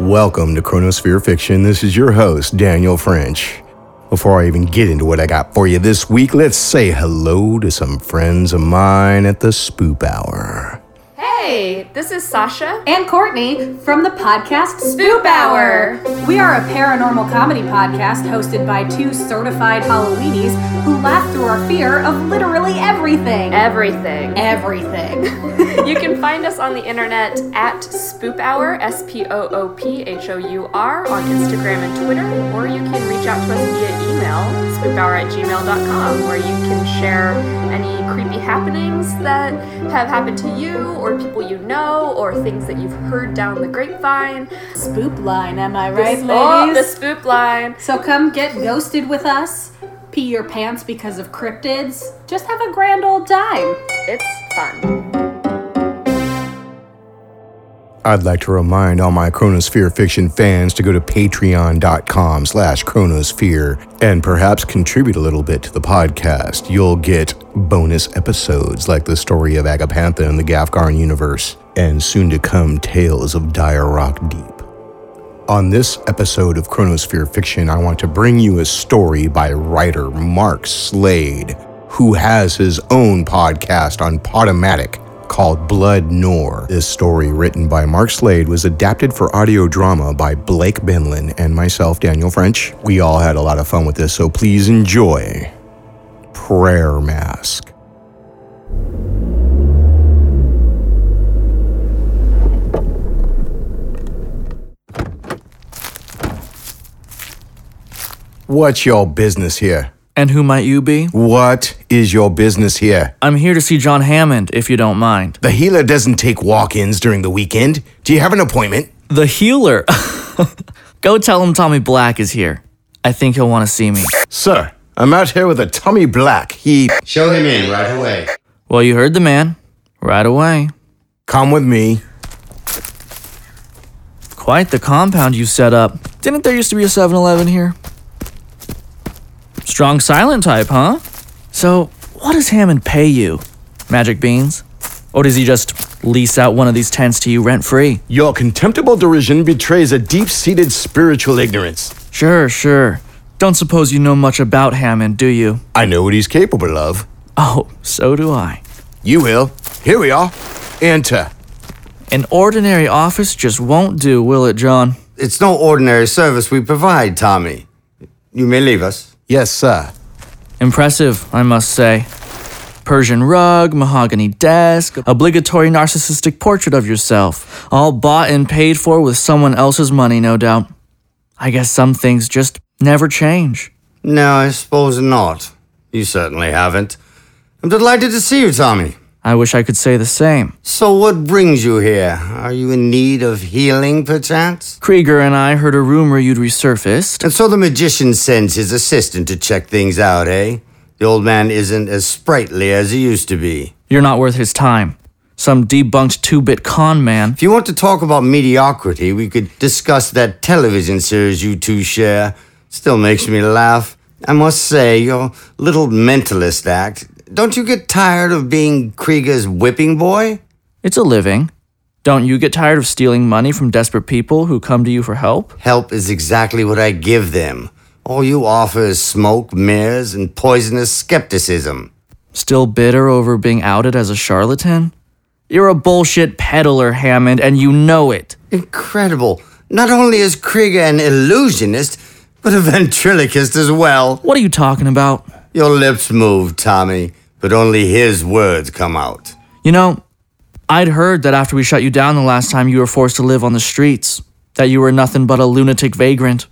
Welcome to Chronosphere Fiction. This is your host, Daniel French. Before I even get into what I got for you this week, let's say hello to some friends of mine at the Spoop Hour. Hey, this is Sasha. and Courtney from the podcast Spoop Hour. We are a paranormal comedy podcast hosted by two certified Halloweenies who laugh through our fear of literally everything. Everything. Everything. You can find us on the internet at Spoop Hour, S P O O P H O U R, on Instagram and Twitter, or you can reach out to us via email, spoophour at gmail.com, where you can share any creepy happenings that have happened to you, or people you know, or things that you've heard down the grapevine. Spoop line, am I right, oh, the ladies? spoop line. So come get ghosted with us, pee your pants because of cryptids, just have a grand old time. It's fun. I'd like to remind all my Chronosphere Fiction fans to go to patreon.com slash chronosphere and perhaps contribute a little bit to the podcast. You'll get bonus episodes like the story of Agapantha in the Gafgarn universe and soon to come tales of Dire Rock Deep. On this episode of Chronosphere Fiction, I want to bring you a story by writer Mark Slade, who has his own podcast on Podomatic called Blood Nor. This story, written by Mark Slade, was adapted for audio drama by Blake Benlin and myself, Daniel French. We all had a lot of fun with this, so please enjoy Prayer Mask. What's your business here? And who might you be? What is your business here? I'm here to see John Hammond, if you don't mind. The healer doesn't take walk ins during the weekend. Do you have an appointment? The healer! Go tell him Tommy Black is here. I think he'll want to see me. Sir, I'm out here with a Tommy Black. He. Show him in right away. Well, you heard the man. Right away. Come with me. Quite the compound you set up. Didn't there used to be a 7 Eleven here? Strong silent type, huh? So, what does Hammond pay you? Magic beans? Or does he just lease out one of these tents to you rent free? Your contemptible derision betrays a deep seated spiritual ignorance. Sure, sure. Don't suppose you know much about Hammond, do you? I know what he's capable of. Oh, so do I. You will. Here we are. Enter. An ordinary office just won't do, will it, John? It's no ordinary service we provide, Tommy. You may leave us. Yes, sir. Impressive, I must say. Persian rug, mahogany desk, obligatory narcissistic portrait of yourself, all bought and paid for with someone else's money, no doubt. I guess some things just never change. No, I suppose not. You certainly haven't. I'm delighted to see you, Tommy. I wish I could say the same. So, what brings you here? Are you in need of healing, perchance? Krieger and I heard a rumor you'd resurfaced. And so the magician sends his assistant to check things out, eh? The old man isn't as sprightly as he used to be. You're not worth his time. Some debunked two bit con man. If you want to talk about mediocrity, we could discuss that television series you two share. Still makes me laugh. I must say, your little mentalist act. Don't you get tired of being Krieger's whipping boy? It's a living. Don't you get tired of stealing money from desperate people who come to you for help? Help is exactly what I give them. All you offer is smoke, mirrors, and poisonous skepticism. Still bitter over being outed as a charlatan? You're a bullshit peddler, Hammond, and you know it. Incredible. Not only is Krieger an illusionist, but a ventriloquist as well. What are you talking about? Your lips move, Tommy, but only his words come out. You know, I'd heard that after we shut you down the last time you were forced to live on the streets, that you were nothing but a lunatic vagrant.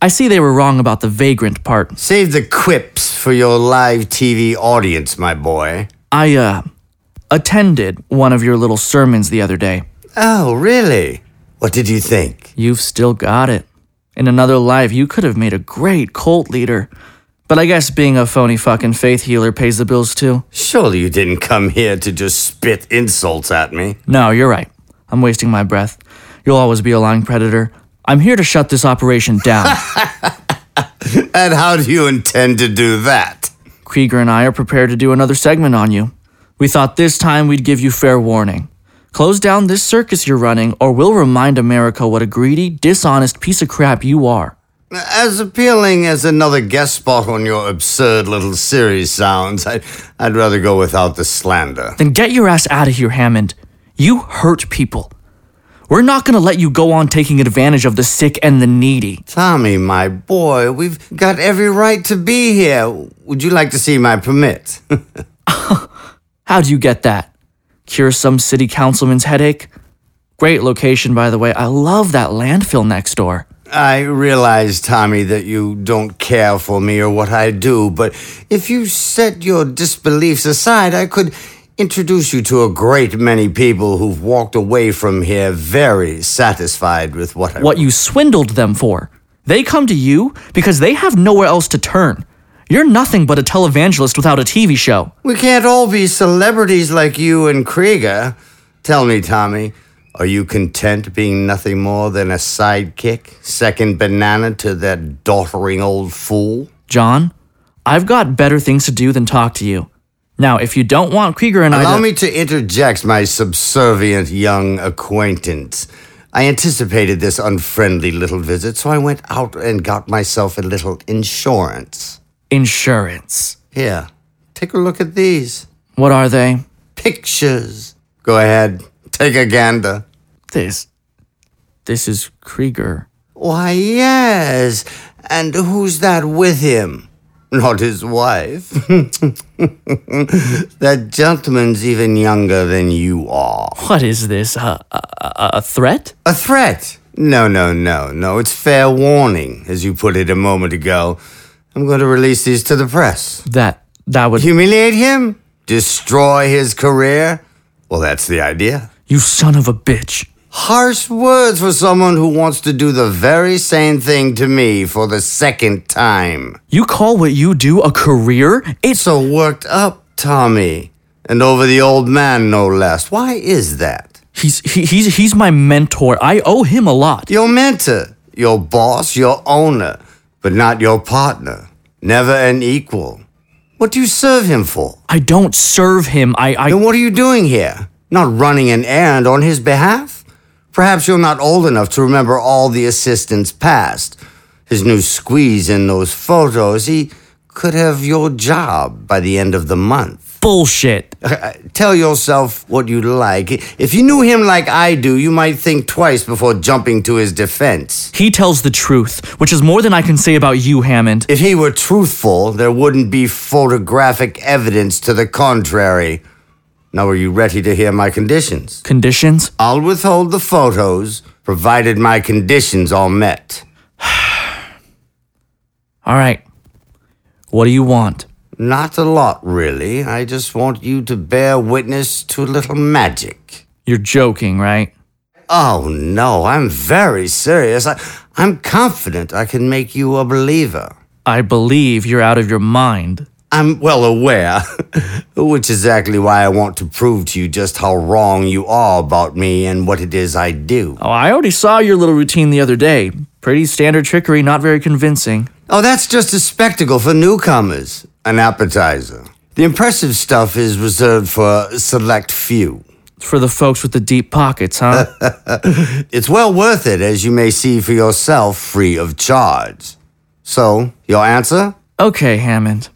I see they were wrong about the vagrant part. Save the quips for your live TV audience, my boy. I, uh, attended one of your little sermons the other day. Oh, really? What did you think? You've still got it. In another life, you could have made a great cult leader. But I guess being a phony fucking faith healer pays the bills too. Surely you didn't come here to just spit insults at me. No, you're right. I'm wasting my breath. You'll always be a lying predator. I'm here to shut this operation down. And how do you intend to do that? Krieger and I are prepared to do another segment on you. We thought this time we'd give you fair warning. Close down this circus you're running, or we'll remind America what a greedy, dishonest piece of crap you are. As appealing as another guest spot on your absurd little series sounds, I'd, I'd rather go without the slander. Then get your ass out of here, Hammond. You hurt people. We're not gonna let you go on taking advantage of the sick and the needy. Tommy, my boy, we've got every right to be here. Would you like to see my permit? How do you get that? Cure some city councilman's headache? Great location, by the way. I love that landfill next door. I realize, Tommy, that you don't care for me or what I do, but if you set your disbeliefs aside, I could introduce you to a great many people who've walked away from here very satisfied with what I What you swindled them for. They come to you because they have nowhere else to turn. You're nothing but a televangelist without a TV show. We can't all be celebrities like you and Krieger. Tell me, Tommy, are you content being nothing more than a sidekick, second banana to that doddering old fool? John, I've got better things to do than talk to you. Now, if you don't want Krieger and I Allow to- me to interject, my subservient young acquaintance. I anticipated this unfriendly little visit, so I went out and got myself a little insurance. insurance. Here, take a look at these What are they? pictures. Go ahead, take a gander. This. This is Krieger. Why, yes. And who's that with him? Not his wife. that gentleman's even younger than you are. What is this? A, a, a a threat? A threat? No, no, no, no. It's fair warning, as you put it a moment ago. I'm going to release these to the press. That that would Humiliate him? Destroy his career? Well, that's the idea. You son of a bitch. Harsh words for someone who wants to do the very same thing to me for the second time. You call what you do a career? It's So worked up, Tommy. And over the old man, no less. Why is that? he's he, he's he's my mentor. I owe him a lot. Your mentor, your boss, your owner, but not your partner. Never an equal. What do you serve him for? I don't serve him. I I And what are you doing here? Not running an errand on his behalf? Perhaps you're not old enough to remember all the assistants past. His new squeeze in those photos, he could have your job by the end of the month. bullshit. Tell yourself what you like. If you knew him like I do, you might think twice before jumping to his defense. He tells the truth, which is more than I can say about you, Hammond. If he were truthful, there wouldn't be photographic evidence to the contrary. Now, are you ready to hear my conditions? Conditions? I'll withhold the photos, provided my conditions are met. All right. What do you want? Not a lot, really. I just want you to bear witness to a little magic. You're joking, right? Oh no, I'm very serious. I, I'm confident I can make you a believer. I believe you're out of your mind. I'm well aware, which is exactly why I want to prove to you just how wrong you are about me and what it is I do. Oh, I already saw your little routine the other day. Pretty standard trickery, not very convincing. Oh, that's just a spectacle for newcomers, an appetizer. The impressive stuff is reserved for a select few. For the folks with the deep pockets, huh? It's well worth it, as you may see for yourself, free of charge. So, your answer? okay, Hammond.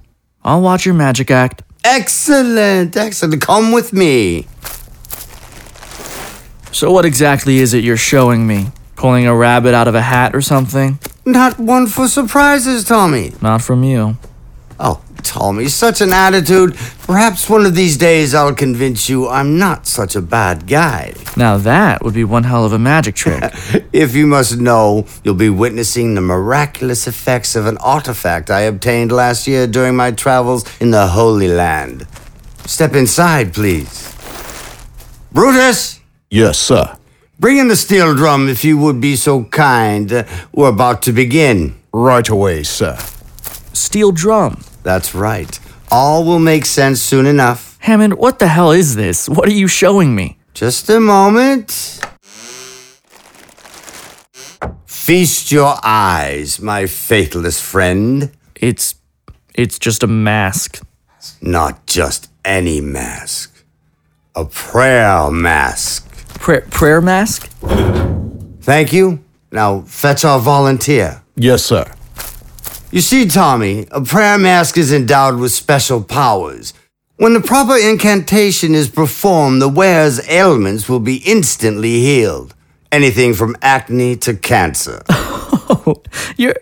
I'll watch your magic act. Excellent, excellent. Come with me. So, what exactly is it you're showing me? Pulling a rabbit out of a hat or something? Not one for surprises, Tommy. Not from you. Oh, Tommy, such an attitude. Perhaps one of these days I'll convince you I'm not such a bad guy. Now, that would be one hell of a magic trick. If you must know, you'll be witnessing the miraculous effects of an artifact I obtained last year during my travels in the Holy Land. Step inside, please. Brutus! Yes, sir. Bring in the steel drum if you would be so kind. Uh, We're about to begin. Right away, sir. Steel drum. That's right. All will make sense soon enough. Hammond, what the hell is this? What are you showing me? Just a moment. Feast your eyes, my fatalist friend. It's. it's just a mask. Not just any mask, a prayer mask. Pra- prayer mask? Thank you. Now fetch our volunteer. Yes, sir. You see, Tommy, a prayer mask is endowed with special powers. When the proper incantation is performed, the wearer's ailments will be instantly healed. Anything from acne to cancer. You're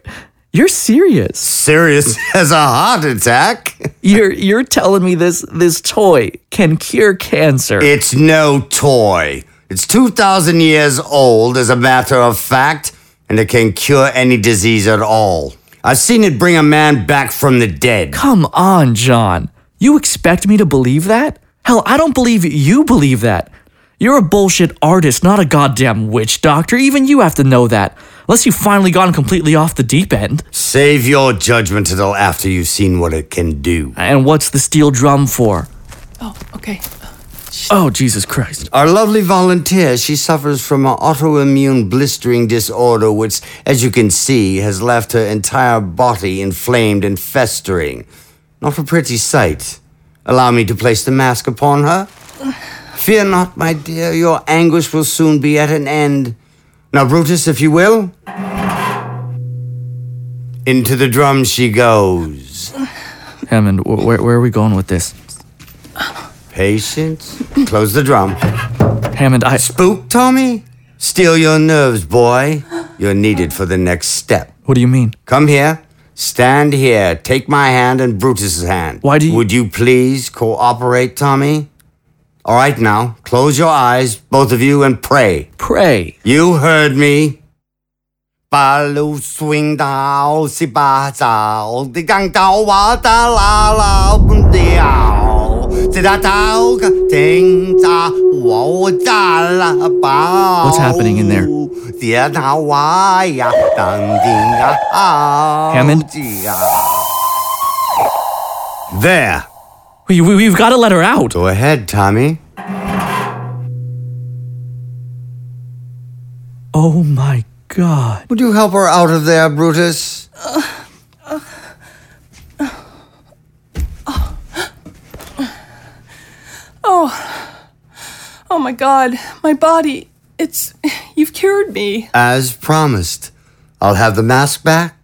you're serious. Serious as a heart attack? You're you're telling me this this toy can cure cancer. It's no toy. It's 2,000 years old, as a matter of fact, and it can cure any disease at all. I've seen it bring a man back from the dead. Come on, John. You expect me to believe that? Hell, I don't believe you believe that. You're a bullshit artist, not a goddamn witch doctor. Even you have to know that. Unless you've finally gone completely off the deep end. Save your judgment until after you've seen what it can do. And what's the steel drum for? Oh, okay. Oh, Jesus Christ. Our lovely volunteer, she suffers from an autoimmune blistering disorder, which, as you can see, has left her entire body inflamed and festering. Not a pretty sight. Allow me to place the mask upon her. Fear not, my dear, your anguish will soon be at an end. Now, Brutus, if you will. Into the drum she goes. Hammond, wh- where, where are we going with this? Patience. Close the drum. Hammond, I. Spook, Tommy? Steal your nerves, boy. You're needed for the next step. What do you mean? Come here. Stand here. Take my hand and Brutus's hand. Why do you- Would you please cooperate, Tommy? All right, now. Close your eyes, both of you, and pray. Pray. You heard me. 八路swing到十八招，的钢刀我打啦啦不掉，这大刀个停炸我炸啦爆。 What's happening in there? 跌倒我呀，当当呀， Hammond? 呀。There. We, we, we've got to let her out. Go ahead, Tommy. Oh my god. Would you help her out of there, Brutus? Oh my god, my body. It's. You've cured me. As promised. I'll have the mask back.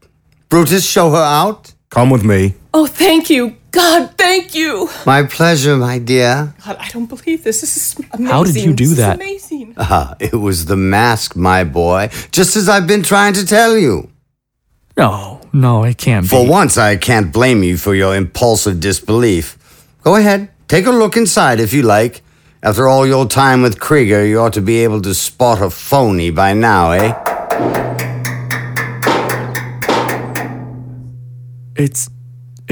Brutus, show her out. Come with me. Oh, thank you. God, thank you. My pleasure, my dear. God, I don't believe this. This is amazing. How did you do This is that? amazing. Ah, it was the mask, my boy, just as I've been trying to tell you. No, no, it can't For be. once, I can't blame you for your impulsive disbelief. Go ahead, take a look inside if you like. After all your time with Krieger, you ought to be able to spot a phony by now, eh? It's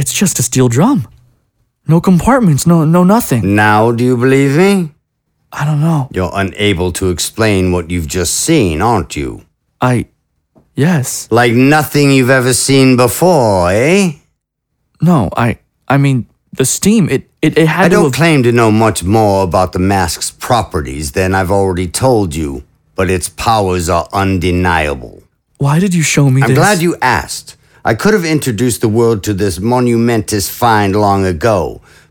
it's just a steel drum. No compartments, no no nothing. Now, do you believe me? I don't know. You're unable to explain what you've just seen, aren't you? I Yes. Like nothing you've ever seen before, eh? No, I I mean the steam it it, it had I to don't have- claim to know much more about the mask's properties than I've already told you, but its powers are undeniable. Why did you show me I'm this? glad you asked. I could have introduced the world to this monumentous find long ago,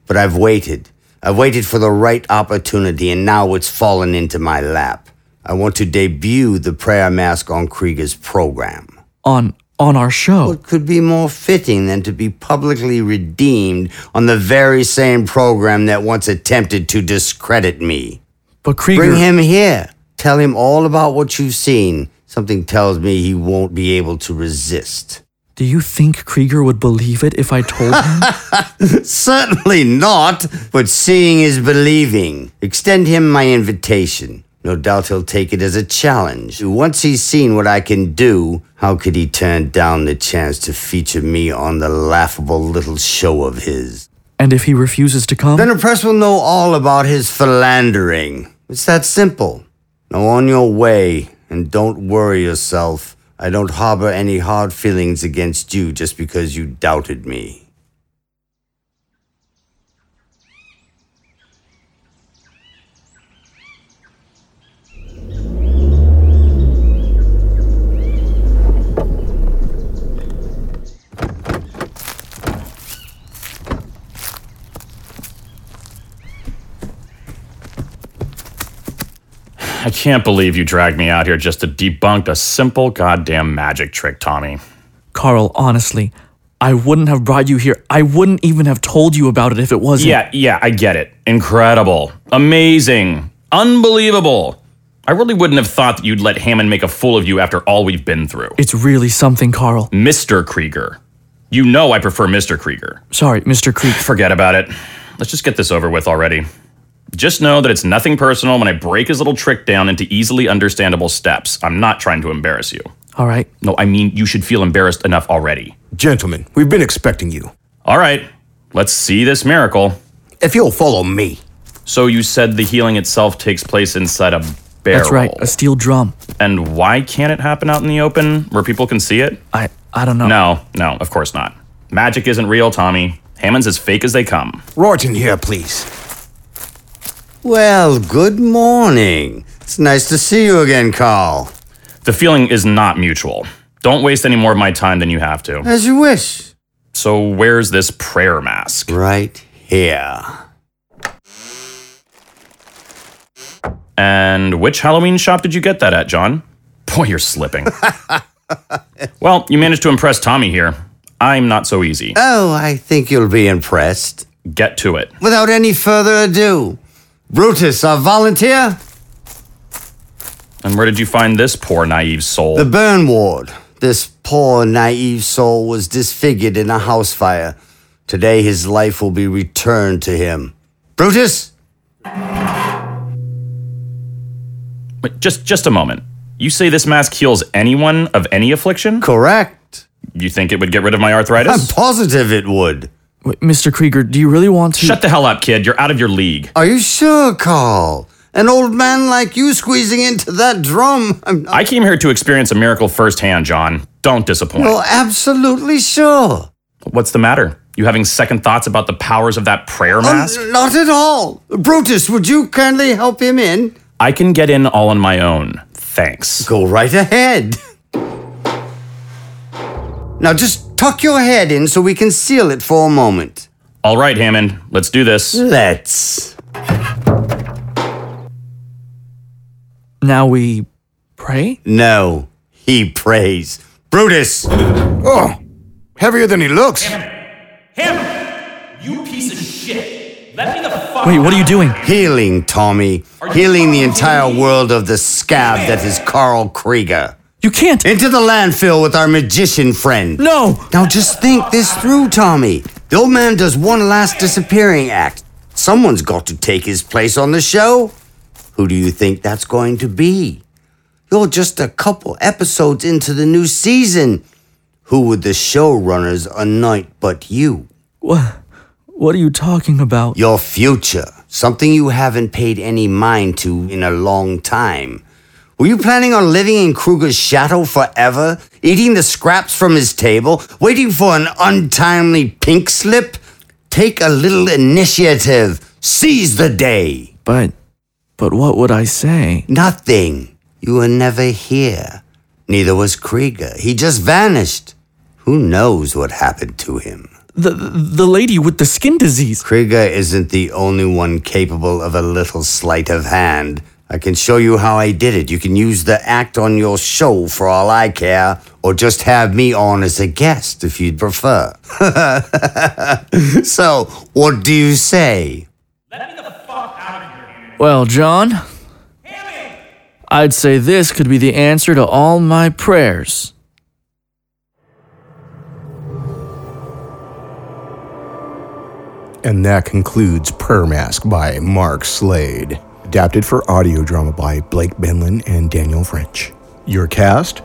but I've waited. I've waited for the right opportunity, and now it's fallen into my lap. I want to debut the prayer mask on Krieger's program. on on our show. What could be more fitting than to be publicly redeemed on the very same program that once attempted to discredit me? But Krieger Bring him here. Tell him all about what you've seen. Something tells me he won't be able to resist. Do you think Krieger would believe it if I told him? Certainly not, but seeing is believing. Extend him my invitation. No doubt he'll take it as a challenge. Once he's seen what I can do, how could he turn down the chance to feature me on the laughable little show of his? and if he refuses to come? Then the press will know all about his philandering. It's that simple. Now on your way, and don't worry yourself. I don't harbor any hard feelings against you just because you doubted me. I can't believe you dragged me out here just to debunk a simple goddamn magic trick, Tommy. Carl, honestly, I wouldn't have brought you here. I wouldn't even have told you about it if it wasn't. Yeah, yeah, I get it. Incredible. Amazing. Unbelievable. I really wouldn't have thought that you'd let Hammond make a fool of you after all we've been through. It's really something, Carl. Mm. Mr. Krieger. You know I prefer Mr. Krieger. Sorry, Mr. Creek. Forget about it. Let's just get this over with already. Just know that it's nothing personal when I break his little trick down into easily understandable steps. I'm not trying to embarrass you. All right. No, I mean, you should feel embarrassed enough already. Gentlemen, we've been expecting you. All right, let's see this miracle. If you'll follow me. So you said the healing itself takes place inside a barrel. That's right, a steel drum. And why can't it happen out in the open where people can see it? I I don't know. No, no, of course not. Magic isn't real, Tommy. Hammond's as fake as they come. Rorton here, please. Well, good morning. It's nice to see you again, Carl. The feeling is not mutual. Don't waste any more of my time than you have to. As you wish. So where's this prayer mask? Right here. And which Halloween shop did you get that at, John? Boy, you're slipping. well, you managed to impress Tommy here. I'm not so easy. Oh, I think you'll be impressed. Get to it. Without any further ado, Brutus, our volunteer, And where did you find this poor naive soul? the burn ward. This poor, naive soul was disfigured in a house fire. Today his life will be returned to him. Brutus, Wait, just just a moment. You say this mask heals anyone of any affliction? correct. You think it would get rid of my arthritis? I'm positive it would. Wait, Mr. Krieger, do you really want to? Shut the hell up, kid. You're out of your league. Are you sure, Carl? An old man like you squeezing into that drum? I'm not. I came here to experience a miracle firsthand, John. Don't disappoint. You're absolutely sure. What's the matter? You having second thoughts about the powers of that prayer Um, mask? Not at all. Brutus, would you kindly help him in? I can get in all on my own. Thanks. Go right ahead. Now just tuck your head in so we can seal it for a moment. All right, Hammond. Let's do this. Let's. now we pray? No, he prays. Brutus! Oh, heavier than he looks. You piece of shit! Let me the fuck Wait, what are you doing? Healing, Tommy. Healing the entire world of the scab that is Carl Krieger. You can't. Into the landfill with our magician friend. No. Now just think this through, Tommy. The old man does one last disappearing act. Someone's got to take his place on the show. Who do you think that's going to be? You're just a couple episodes into the new season. Who would the showrunners anoint but you? What, what are you talking about? Your future, something you haven't paid any mind to in a long time. Were you planning on living in Kruger's shadow forever, eating the scraps from his table, waiting for an untimely pink slip? Take a little initiative. Seize the day. But but what would I say? Nothing. You were never here. Neither was Krieger. He just vanished. Who knows what happened to him? The the lady with the skin disease. Krieger isn't the only one capable of a little sleight of hand. I can show you how I did it. You can use the act on your show for all I care, or just have me on as a guest if you'd prefer. so, what do you say? Well, John, I'd say this could be the answer to all my prayers. And that concludes Prayer Mask by Mark Slade. Adapted for audio drama by Blake Benlin and Daniel French. Your cast?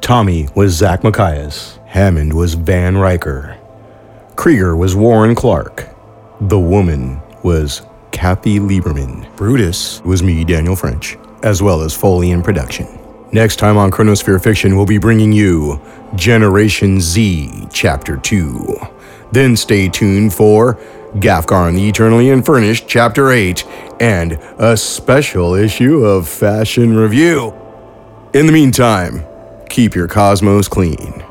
Tommy was Zach Macias. Hammond was Van Riker. Krieger was Warren Clark. The woman was Kathy Lieberman. Brutus was me, Daniel French, as well as Foley in production. Next time on Chronosphere Fiction, we'll be bringing you Generation Z, Chapter 2. Then stay tuned for Gafgar and the Eternally Unfurnished, Chapter 8, and a special issue of Fashion Review. In the meantime, keep your cosmos clean.